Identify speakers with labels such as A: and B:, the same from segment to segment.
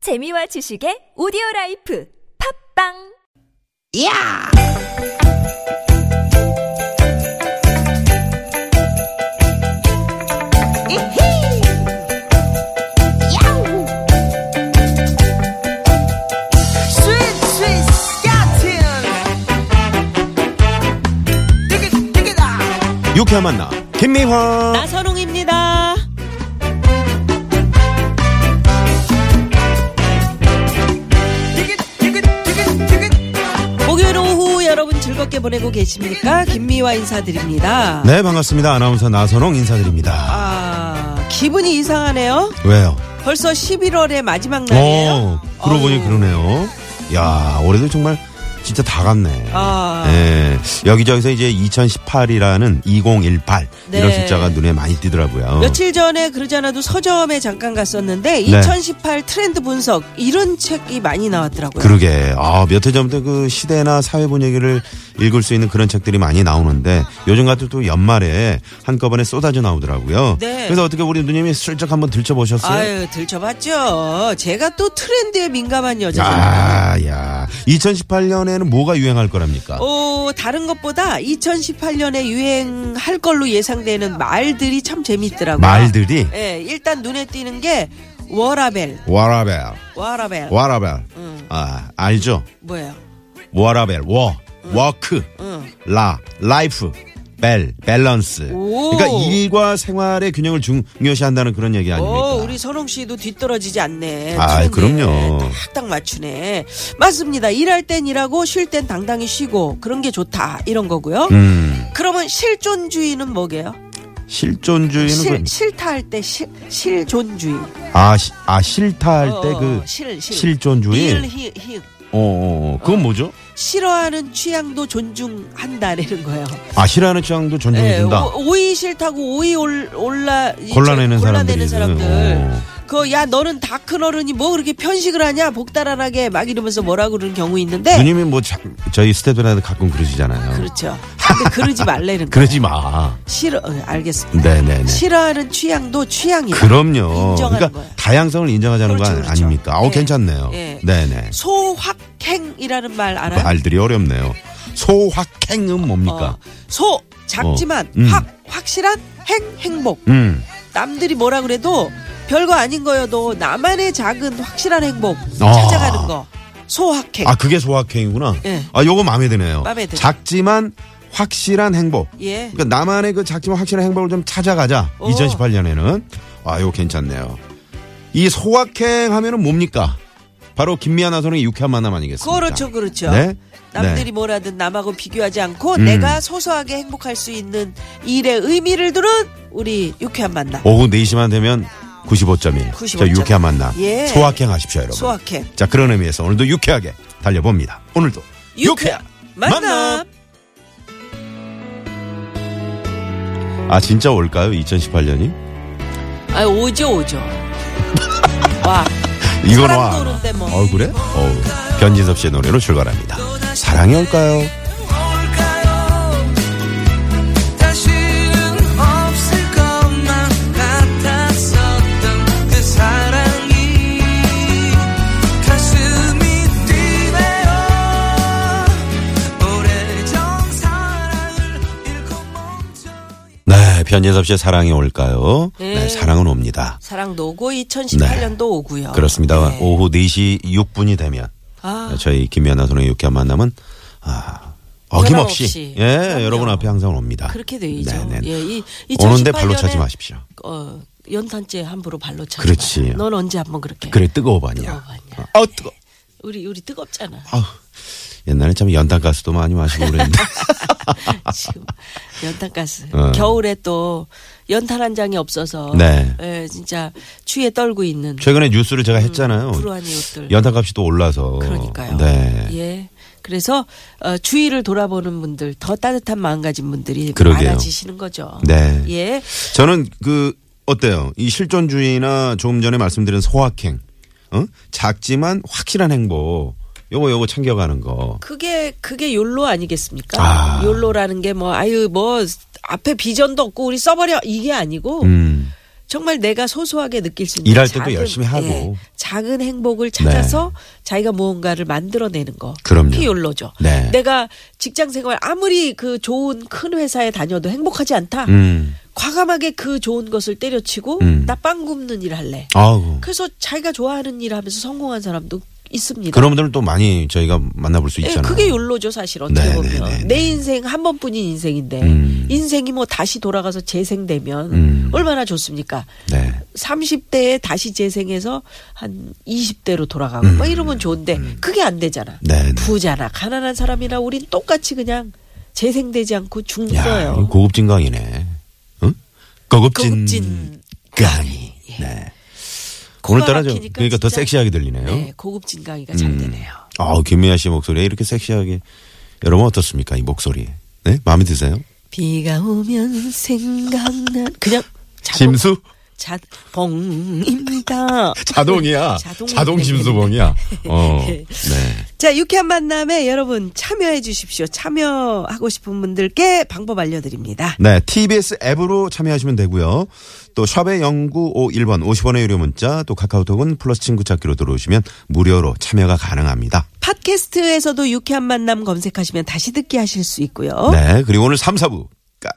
A: 재미와 지식의 오디오 라이프 팝빵
B: 야! 이히! 야우! 스윗, 스윗, 스카틴! 띠깃, 띠깃아!
C: 유쾌한 만남 김미화
D: 나선홍입니다.
B: 띠깃, 띠깃, 띠깃, 띠깃!
D: 목요일 오후 여러분 즐겁게 보내고 계십니까? 김미화 인사드립니다.
C: 네 반갑습니다 아나운서 나선홍 인사드립니다
D: 아, 기분이 이상하네요.
C: 왜요?
D: 벌써 11월의 마지막 날이에요.
C: 어 그러고 보니
D: 어휴.
C: 그러네요 야 올해도 정말 진짜 다 갔네
D: 아.
C: 예, 여기저기서 이제 2018이라는 2018 이런
D: 네.
C: 숫자가 눈에 많이 띄더라고요
D: 며칠 전에 그러지 않아도 서점에 잠깐
C: 네.
D: 갔었는데 2018 트렌드 분석 이런 책이 많이 나왔더라고요.
C: 그러게 아, 몇 해 전부터 그 시대나 사회 분위기를 읽을 수 있는 그런 책들이 많이 나오는데 요즘 같은 또 연말에 한꺼번에 쏟아져 나오더라고요
D: 네.
C: 그래서 어떻게 우리 누님이 슬쩍 한번 들춰보셨어요?
D: 아유 들춰봤죠. 제가 또 트렌드에 민감한 여자잖아요.
C: 야, 야. 2018년에는 뭐가 유행할 거랍니까?
D: 어, 다른 것보다 2018년에 유행할 걸로 예상되는 말들이 참 재밌더라고요.
C: 말들이
D: 예, 일단 눈에 띄는 게 워라벨,
C: 와라벨,
D: 워라벨.
C: 와라벨. 아, 알죠?
D: 뭐예요?
C: 워라벨, 워, 워크, 라, 라이프, 벨, 밸런스.
D: 오.
C: 그러니까 일과 생활의 균형을 중요시한다는 그런 얘기 아닙니까?
D: 오, 우리 선홍 씨도 뒤떨어지지 않네.
C: 아,
D: 트렌드에.
C: 그럼요.
D: 딱딱 맞추네. 맞습니다. 일할 땐 일하고 쉴 땐 당당히 쉬고 그런 게 좋다. 이런 거고요.
C: 음,
D: 그러면 실존주의는 뭐게요?
C: 실존주의는
D: 실,
C: 그-
D: 싫다 할 때 실, 실존주의.
C: 아, 시- 아 싫다 할 때
D: 어,
C: 그
D: 실, 실.
C: 실존주의.
D: 힐, 힐, 힐.
C: 어, 어, 어. 그건 뭐죠?
D: 싫어하는 취향도 존중한다라는 거예요.
C: 아, 싫어하는 취향도
D: 예,
C: 존중해준다.
D: 오- 오이 싫다고 오이 올, 올라 이제
C: 골라내는 사람들이.
D: 골라내는 사람들.
C: 어.
D: 그 야 너는 다 큰 어른이 뭐 그렇게 편식을 하냐 복달아하게 막 이러면서 뭐라 그러는 경우 있는데
C: 누님이 뭐 자- 저희 스태프들한테 가끔 그러시잖아요.
D: 네. 그렇죠. 근데 그러지 말래는 거예요.
C: 그러지 마.
D: 싫어. 어, 알겠습니다.
C: 네네네.
D: 싫어하는 취향도 취향이다.
C: 그럼요.
D: 인정하는
C: 그러니까
D: 거예요.
C: 다양성을 인정하자는
D: 그렇죠,
C: 거
D: 그렇죠.
C: 아닙니까? 어,
D: 예.
C: 괜찮네요.
D: 예.
C: 네네.
D: 소확행이라는 말 알아요?
C: 말들이 어렵네요. 소확행은 뭡니까?
D: 어, 소 작지만
C: 어, 음.
D: 확 확실한 행 행복.
C: 음.
D: 남들이 뭐라 그래도 별거 아닌 거여도 나만의 작은 확실한 행복
C: 아.
D: 찾아가는 거 소확행.
C: 아, 그게 소확행이구나.
D: 예.
C: 아, 요거 마음에 드네요.
D: 네. 마음에 드네.
C: 작지만 확실한 행복.
D: 예.
C: 그러니까 나만의 그 작지만 확실한 행복을 좀 찾아가자.
D: 오.
C: 2018년에는. 아, 요거 괜찮네요. 이 소확행 하면은 뭡니까? 바로 김미아 나선의 유쾌한 만남 아니겠습니까?
D: 그렇죠, 그렇죠.
C: 네?
D: 남들이
C: 네. 음.
D: 뭐라든 남하고 비교하지 않고 내가 소소하게 행복할 수 있는 일의 의미를 두는 우리 유쾌한 만남.
C: 오후 4시만 되면 95.1.
D: 95.1.
C: 자, 유쾌한 만남.
D: 예.
C: 소확행 하십시오, 여러분.
D: 소확행.
C: 자, 그런 의미에서 오늘도 유쾌하게 달려봅니다. 오늘도
D: 유쾌한 만남.
C: 아, 진짜 올까요? 2018년이?
D: 아 오죠, 오죠. 와.
C: 이건
D: 사랑도
C: 와.
D: 오는데 뭐.
C: 어, 그래? 어우. 변진섭 씨의 노래로 출발합니다. 사랑이 올까요?
E: 다시는 없을 것만 같았었던 그 사랑이 가슴이 뛰네요 오래전 사랑을 잃고 멈춰
C: 네, 변진섭 씨의 사랑이 올까요? 네, 사랑은 옵니다.
D: 사랑도 오고 2018년도 오고요.
C: 네. 그렇습니다.
D: 네.
C: 오후 4시 6분이 되면
D: 아,
C: 저희 김연아 선의 유쾌한 만남은 아, 어김없이
D: 변함없이.
C: 예,
D: 그럼요.
C: 여러분 앞에 항상 옵니다.
D: 그렇게 되죠.
C: 네, 네.
D: 예, 이
C: 오는데 발로
D: 2018년에
C: 차지 마십시오.
D: 어, 연탄재 함부로 발로 차지.
C: 그렇지.
D: 마. 넌 언제 한번 그렇게?
C: 그래 뜨거워 봤냐?
D: 뜨거워봤냐.
C: 아 뜨거.
D: 우리 우리 뜨겁잖아.
C: 아우, 옛날에 참 연탄 가스도 많이 마시고 그랬는데.
D: 지금 연탄가스.
C: 어.
D: 겨울에 또 연탄 한 장이 없어서
C: 네.
D: 예, 진짜 추위에 떨고 있는 음,
C: 최근에 뉴스를 제가 했잖아요.
D: 불우한 이웃들.
C: 연탄 값이 또 올라서.
D: 그러니까요.
C: 네.
D: 예. 그래서 어, 주위를 돌아보는 분들 더 따뜻한 마음가짐 분들이
C: 그러게요.
D: 많아지시는 거죠.
C: 네.
D: 예.
C: 저는 그 어때요? 이 실존주의나 조금 전에 말씀드린 소확행, 어? 작지만 확실한 행복. 요거 요거 챙겨가는 거.
D: 그게 그게 욜로 아니겠습니까?
C: 아.
D: 욜로라는 게 뭐 아유 뭐 앞에 비전도 없고 우리 써버려 이게 아니고
C: 음.
D: 정말 내가 소소하게 느낄 수 있는 예,
C: 일할 때도 열심히 하고. 네.
D: 작은 행복을 찾아서 자기가 무언가를 만들어내는 거
C: 그럼요.
D: 피올로죠.
C: 네.
D: 내가 직장 생활 아무리 그 좋은 큰 회사에 다녀도 행복하지 않다.
C: 음.
D: 과감하게 그 좋은 것을 때려치고
C: 음.
D: 나 빵 굽는 일 할래.
C: 아우.
D: 그래서 자기가 좋아하는 일 하면서 성공한 사람도 있습니다.
C: 그런 분들은 또 많이 저희가 만나볼 수
D: 예,
C: 있잖아요.
D: 그게 욜로죠 사실 어떻게
C: 네,
D: 보면
C: 네, 네,
D: 내 인생 한 번뿐인 인생인데
C: 음.
D: 인생이 뭐 다시 돌아가서 재생되면
C: 음.
D: 얼마나 좋습니까?
C: 네.
D: 30대에 다시 재생해서 한 20대로 돌아가고 막 이러면 좋은데 그게 안 되잖아.
C: 음. 네, 네.
D: 부자나 가난한 사람이나 우린 똑같이 그냥 재생되지 않고
C: 야, 이거
D: 죽어요.
C: 고급진 강이네. 응? 고급진,
D: 고급진 예.
C: 강이. 네.
D: 코가
C: 오늘따라 좀
D: 막히니까
C: 그러니까 더
D: 진짜.
C: 섹시하게 들리네요.
D: 네, 고급진 강의가 잘 되네요.
C: 아, 김미아 씨 목소리에 이렇게 섹시하게 여러분 어떻습니까? 이 목소리. 네? 마음에 드세요?
D: 비가 오면 생각난 그냥 자동-
C: 심수
D: 자봉입니다.
C: 자동이야.
D: 자동-
C: 자동 심수봉이야. 어. 네.
D: 자, 유쾌한 만남에 여러분 참여해 주십시오. 참여하고 싶은 분들께 방법 알려드립니다.
C: 네, TBS 앱으로 참여하시면 되고요. 또 샵의 0951번 50원의 유료 문자 또 카카오톡은 플러스 친구 찾기로 들어오시면 무료로 참여가 가능합니다.
D: 팟캐스트에서도 유쾌한 만남 검색하시면 다시 듣기 하실 수 있고요.
C: 네, 그리고 오늘 3, 4부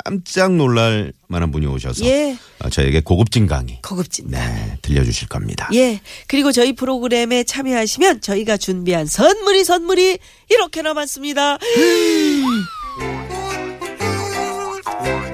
C: 깜짝 놀랄 만한 분이 오셔서
D: 예.
C: 어, 저에게 고급진 강의
D: 고급진. 다
C: 네, 들려주실 겁니다.
D: 예. 그리고 저희 프로그램에 참여하시면 저희가 준비한 선물이 선물이 이렇게나 많습니다.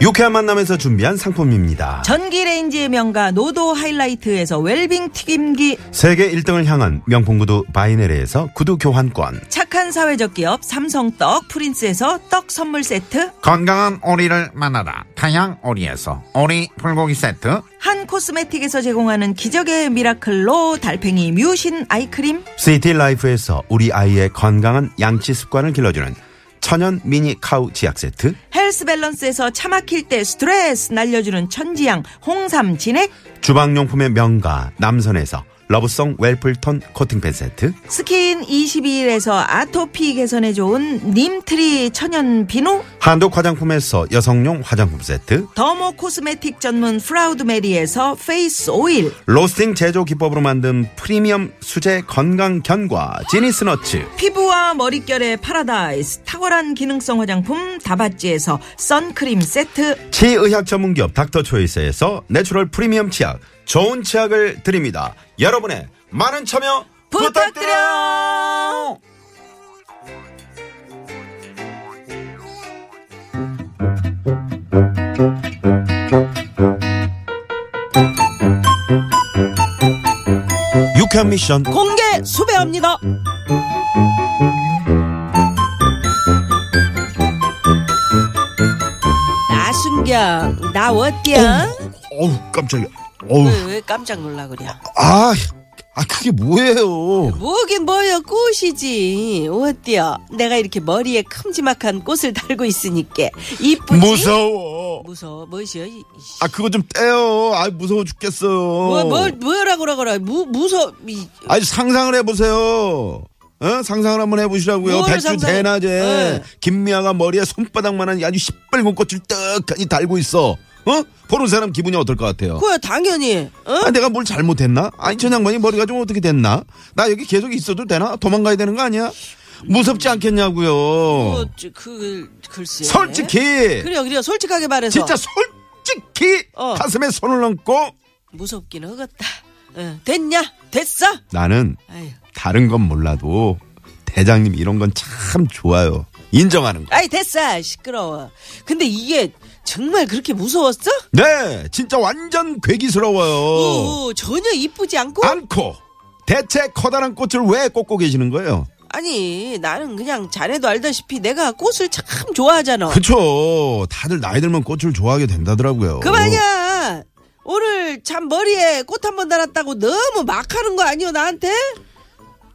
C: 유쾌한 만남에서 준비한 상품입니다.
F: 전기레인지의 명가 노도 하이라이트에서 웰빙 튀김기
C: 세계 1등을 향한 명품 구두 바이네르에서 구두 교환권
F: 착한 사회적 기업 삼성떡 프린스에서 떡 선물 세트
G: 건강한 오리를 만나다 타양 오리에서 오리 불고기 세트
F: 한 코스메틱에서 제공하는 기적의 미라클로 달팽이 뮤신 아이크림
C: 시티 라이프에서 우리 아이의 건강한 양치 습관을 길러주는 천연 미니 카우 치약 세트
F: 헬스 밸런스에서 차 막힐 때 스트레스 날려주는 천지향 홍삼 진액
C: 주방용품의 명가 남선에서 러브송 웰플턴 코팅팬 세트
F: 스킨 22일에서 아토피 개선에 좋은 님트리 천연 비누
C: 한독 화장품에서 여성용 화장품 세트
F: 더모 코스메틱 전문 프라우드 메리에서 페이스 오일
C: 로스팅 제조 기법으로 만든 프리미엄 수제 건강 견과 지니스 너츠
F: 피부와 머릿결의 파라다이스 탁월한 기능성 화장품 다바찌에서 선크림 세트
C: 치의학 전문기업 닥터초이스에서 내추럴 프리미엄 치약 좋은 치약을 드립니다 여러분의 많은 참여 부탁드려요 유쾌한 미션
D: 공개 수배합니다. 나순경, 나 어때야?
C: 어우 깜짝이야 어우
D: 왜, 왜 깜짝 놀라 그래?
C: 아, 아 그게 뭐예요
D: 뭐긴 뭐여 꽃이지. 어때요? 내가 이렇게 머리에 큼지막한 꽃을 달고 있으니까 이쁘지?
C: 무서워
D: 무서워. 뭐시여? 이- 이씨.
C: 아 그거 좀 떼요 아 무서워 죽겠어요
D: 뭐, 뭐, 뭐라고 라고라 무, 무서, 이,
C: 아니 상상을 해보세요. 어? 상상을 한번 해보시라고요.
D: 뭐를
C: 백주
D: 상상해?
C: 대낮에
D: 네.
C: 김미아가 머리에 손바닥만한 아주 시뻘건 꽃을 떡하니 달고 있어. 어? 보는 사람 기분이 어떨 것 같아요?
D: 그야 당연히, 어?
C: 아, 내가 뭘 잘못했나? 아니 저 양반이 머리가 좀 어떻게 됐나? 나 여기 계속 있어도 되나? 도망가야 되는 거 아니야? 무섭지 않겠냐고요.
D: 그, 그, 글쎄.
C: 솔직히
D: 그래요, 그래요. 솔직하게 말해서.
C: 진짜 솔직히
D: 어.
C: 가슴에 손을 얹고
D: 무섭긴 하겠다. 어, 됐냐? 됐어?
C: 나는
D: 아유.
C: 다른 건 몰라도 대장님 이런 건 참 좋아요. 인정하는 거.
D: 아이, 됐어. 시끄러워. 근데 이게 정말 그렇게 무서웠어?
C: 네, 진짜 완전 괴기스러워요.
D: 오, 전혀 이쁘지 않고?
C: 않고 대체 커다란 꽃을 왜 꽂고 계시는 거예요?
D: 아니, 나는 그냥 자네도 알다시피 내가 꽃을 참 좋아하잖아.
C: 그쵸. 다들 나이 들면 꽃을 좋아하게 된다더라고요.
D: 그만이야. 오늘 참 머리에 꽃 한 번 달았다고 너무 막 하는 거 아니여, 나한테?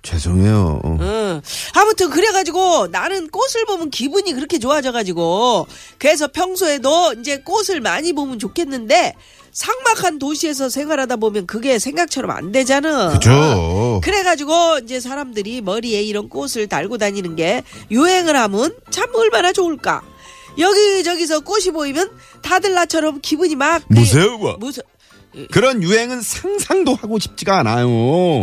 C: 죄송해요.
D: 응. 아무튼 그래가지고 나는 꽃을 보면 기분이 그렇게 좋아져가지고 그래서 평소에도 이제 꽃을 많이 보면 좋겠는데 삭막한 도시에서 생활하다 보면 그게 생각처럼 안 되잖아.
C: 그죠.
D: 그래가지고 이제 사람들이 머리에 이런 꽃을 달고 다니는 게 유행을 하면 참 얼마나 좋을까. 여기저기서 꽃이 보이면 다들 나처럼 기분이 막 그-
C: 무서워.
D: 무서
C: 그런 유행은 상상도 하고 싶지가 않아요.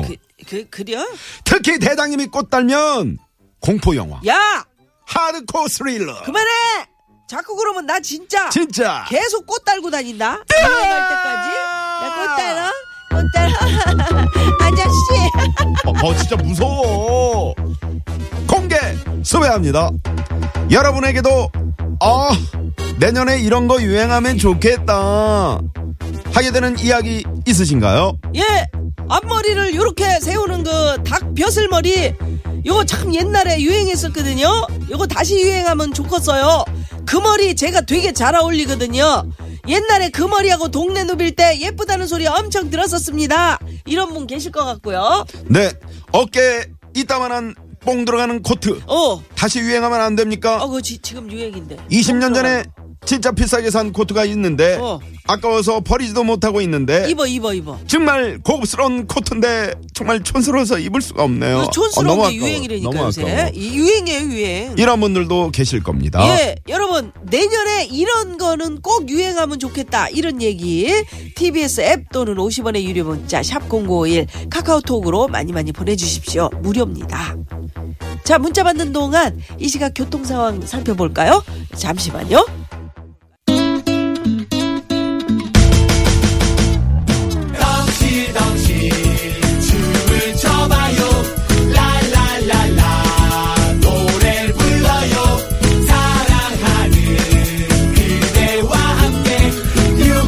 D: 그, 그, 그려?
C: 특히 대장님이 꽃 달면 공포 영화,
D: 야!
C: 하드코어 스릴러.
D: 그만해! 자꾸 그러면 나 진짜
C: 진짜.
D: 계속 꽃 달고 다닌다. 유행할 때까지. 나 꽃 달아? 꽃 달아? 아저씨!
C: 어, 어, 진짜 무서워. 공개 수배합니다. 여러분에게도 아 내년에 이런 거 유행하면 좋겠다 하게 되는 이야기 있으신가요?
D: 예! 앞머리를 요렇게 세우는 그 닭 벼슬머리. 요거 참 옛날에 유행했었거든요. 요거 다시 유행하면 좋겠어요. 그 머리 제가 되게 잘 어울리거든요. 옛날에 그 머리하고 동네 누빌 때 예쁘다는 소리 엄청 들었었습니다. 이런 분 계실 것 같고요.
C: 네 어깨에 이따만한 뽕 들어가는 코트
D: 어,
C: 다시 유행하면 안
D: 어,
C: 됩니까?
D: 그 지, 지금 유행인데.
C: 20년 전에 진짜 비싸게 산 코트가 있는데
D: 어.
C: 아까워서 버리지도 못하고 있는데
D: 입어, 입어, 입어.
C: 정말 고급스러운 코트인데 정말 촌스러워서 입을 수가 없네요.
D: 그
C: 어,
D: 촌스러운
C: 너무
D: 게
C: 아까워.
D: 유행이라니까
C: 너무
D: 요새.
C: 아까워.
D: 이 유행이에요, 유행.
C: 이런 분들도 계실 겁니다.
D: 예, 여러분 내년에 이런 거는 꼭 유행하면 좋겠다 이런 얘기 TBS 앱 또는 50원의 유료 문자 샵 #0951 카카오톡으로 많이 많이 보내주십시오 무료입니다. 자 문자 받는 동안 이 시각 교통 상황 살펴볼까요? 잠시만요.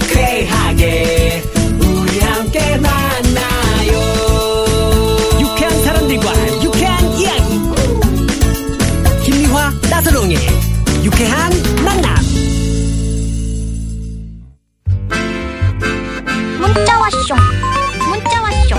H: 유쾌하게 우리 함께 만나요 유쾌한 사람들과 유쾌한 이야기 김미화 나선홍의 유쾌한 만남
I: 문자 왔쇼 문자 왔쇼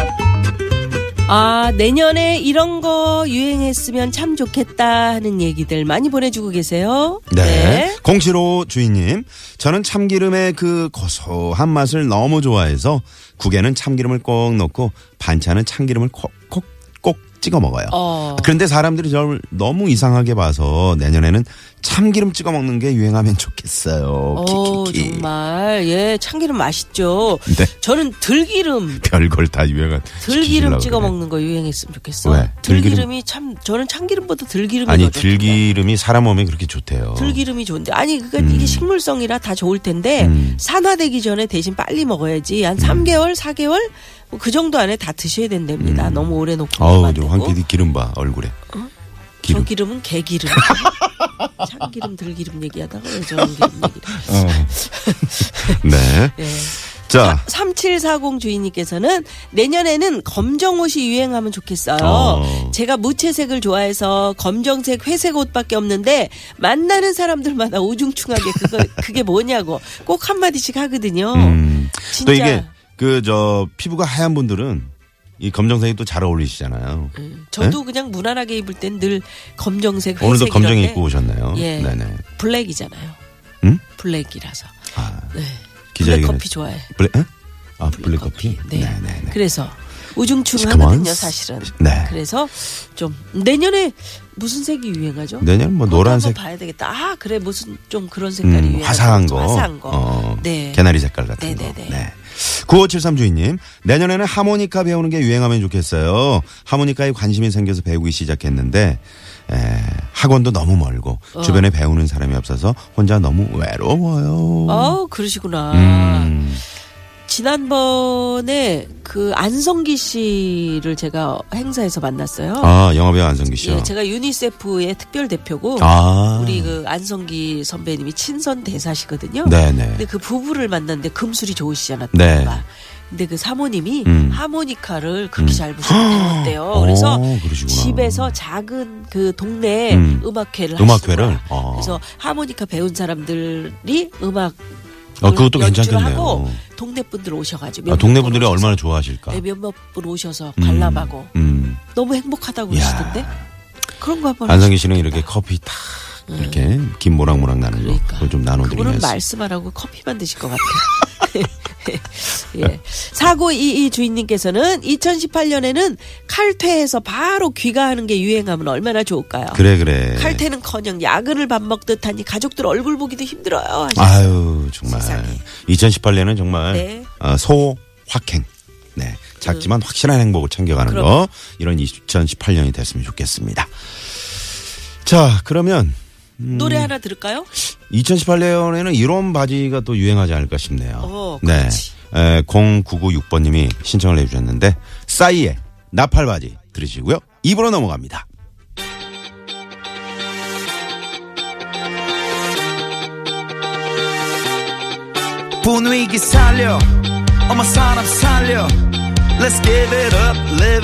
D: 아 내년에 이런 거 유행했으면 참 좋겠다 하는 얘기들 많이 보내주고 계세요.
C: 네. 공시로 주인님, 저는 참기름의 그 고소한 맛을 너무 좋아해서 국에는 참기름을 꼭 넣고 반찬은 참기름을 콕콕 꼭 찍어 먹어요.
D: 어.
C: 그런데 사람들이 저를 너무 이상하게 봐서 내년에는 참기름 찍어 먹는 게 유행하면 좋겠어요.
D: 어
C: 키키키.
D: 정말 예 참기름 맛있죠.
C: 네.
D: 저는 들기름
C: 별걸 다 유행한.
D: 들기름 찍어 먹는 거 유행했으면 좋겠어.
C: 왜? 들기름-
D: 들기름... 이참 저는 참기름보다 들기름이
C: 아니
D: 더 좋던데.
C: 들기름이 어. 사람 몸에 그렇게 좋대요.
D: 들기름이 좋은데 아니 그니까
C: 음.
D: 이게 식물성이라 다 좋을 텐데 산화되기 전에 대신 빨리 먹어야지
C: 음.
D: 한 3개월 4개월 뭐그 정도 안에 다 드셔야 된답니다. 너무 오래 놓고
C: 어우,
D: 가면 안
C: 음. 저황
D: 되고.
C: PD 기름 봐 얼굴에.
D: 저
C: 기름.
D: 기름은 개기름. 참기름 들기름 얘기하다가 왜 저런 기름 얘기를.
C: 네.
D: 예.
C: 자,
D: 3740 주인님께서는 내년에는 검정 옷이 유행하면 좋겠어요.
C: 어.
D: 제가 무채색을 좋아해서 검정색, 회색 옷밖에 없는데 만나는 사람들마다 우중충하게 그거 그게 뭐냐고 꼭 한마디씩 하거든요.
C: 음.
D: 진짜
C: 또 이게 그 저 피부가 하얀 분들은 이 검정색이 또 잘 어울리시잖아요.
D: 음. 저도 그냥 무난하게 입을 땐 늘 검정색, 회색
C: 네? 오늘도 검정
D: 이런데
C: 입고 오셨나요?
D: 예.
C: 네네.
D: 블랙이잖아요.
C: 음?
D: 블랙이라서.
C: 아,
D: 네. 블랙
C: 기자회견.
D: 커피 좋아해.
C: 블랙? 에? 아 블랙 커피.
D: 네.
C: 네네네.
D: 그래서
C: 시커먼?
D: 우중충하거든요, 사실은.
C: 네.
D: 그래서 좀 내년에 무슨 색이 유행하죠?
C: 내년 뭐
D: 그것도
C: 노란색,
D: 한번 봐야 되겠다. 아 그래 무슨 좀 그런 색깔이
C: 음,
D: 유행하는
C: 화사한 거,
D: 화사한 거.
C: 어,
D: 네.
C: 개나리 색깔 같은
D: 네네네.
C: 거. 네. 9573 주인님, 내년에는 하모니카 배우는 게 유행하면 좋겠어요. 하모니카에 관심이 생겨서 배우기 시작했는데, 에, 학원도 너무 멀고,
D: 어.
C: 주변에 배우는 사람이 없어서 혼자 너무 외로워요.
D: 어 그러시구나.
C: 음.
D: 지난번에 그 안성기 씨를 제가 행사에서 만났어요.
C: 아, 영화배우 안성기 씨요.
D: 예, 제가 유니세프의 특별 대표고
C: 아.
D: 우리 그 안성기 선배님이 친선 대사시거든요.
C: 네네.
D: 근데 그 부부를 만났는데 금술이 좋으시잖아.
C: 네.
D: 부부가. 근데 그 사모님이
C: 음.
D: 하모니카를 그렇게 잘 부셨대요. 그래서
C: 어, 그러시구나.
D: 집에서 작은 그 동네
C: 음.
D: 음. 악회를
C: 음악회를? 어.
D: 그래서 하모니카 배운 사람들이 음악
C: 어, 그것도
D: 연주를
C: 괜찮겠네요.
D: 하고 동네 분들 오셔가지고
C: 아, 동네 분들이 얼마나 좋아하실까.
D: 네, 몇몇 분 오셔서
C: 음,
D: 관람하고
C: 음.
D: 너무 행복하다고
C: 이야.
D: 그러시던데 그런 거 한번
C: 안성기 씨는
D: 하시면
C: 이렇게
D: 좋겠다.
C: 커피 탁 이렇게 긴 모락모락 나는 거
D: 네. 그러니까.
C: 그걸 좀
D: 그분은
C: 나눠드리면서
D: 말씀하라고 커피만 드실 것 같아요. 예. 4922 주인님께서는 2018년에는 칼퇴해서 바로 귀가하는 게 유행하면 얼마나 좋을까요?
C: 그래 그래
D: 칼퇴는 커녕 야근을 밥 먹듯
C: 아,
D: 하니 가족들 얼굴 보기도 힘들어요. 하셨어요.
C: 아유 정말
D: 세상에.
C: 2018년은 정말
D: 네. 음.
C: 어, 소확행. 네. 작지만 확실한 행복을 챙겨가는 거. 이런 2018년이 됐으면 좋겠습니다. 자, 그러면
D: 노래
C: 음.
D: 하나 들을까요?
C: 2018년에는 이런 바지가 또 유행하지 않을까 싶네요.
D: 어,
C: 네.
D: 그렇지.
C: 에, 0996번님이 신청을 해주셨는데, 싸이의 나팔바지 들으시고요. 입으로 넘어갑니다.
H: 분위기 살려 어머 사람 살려 Let's give it up, live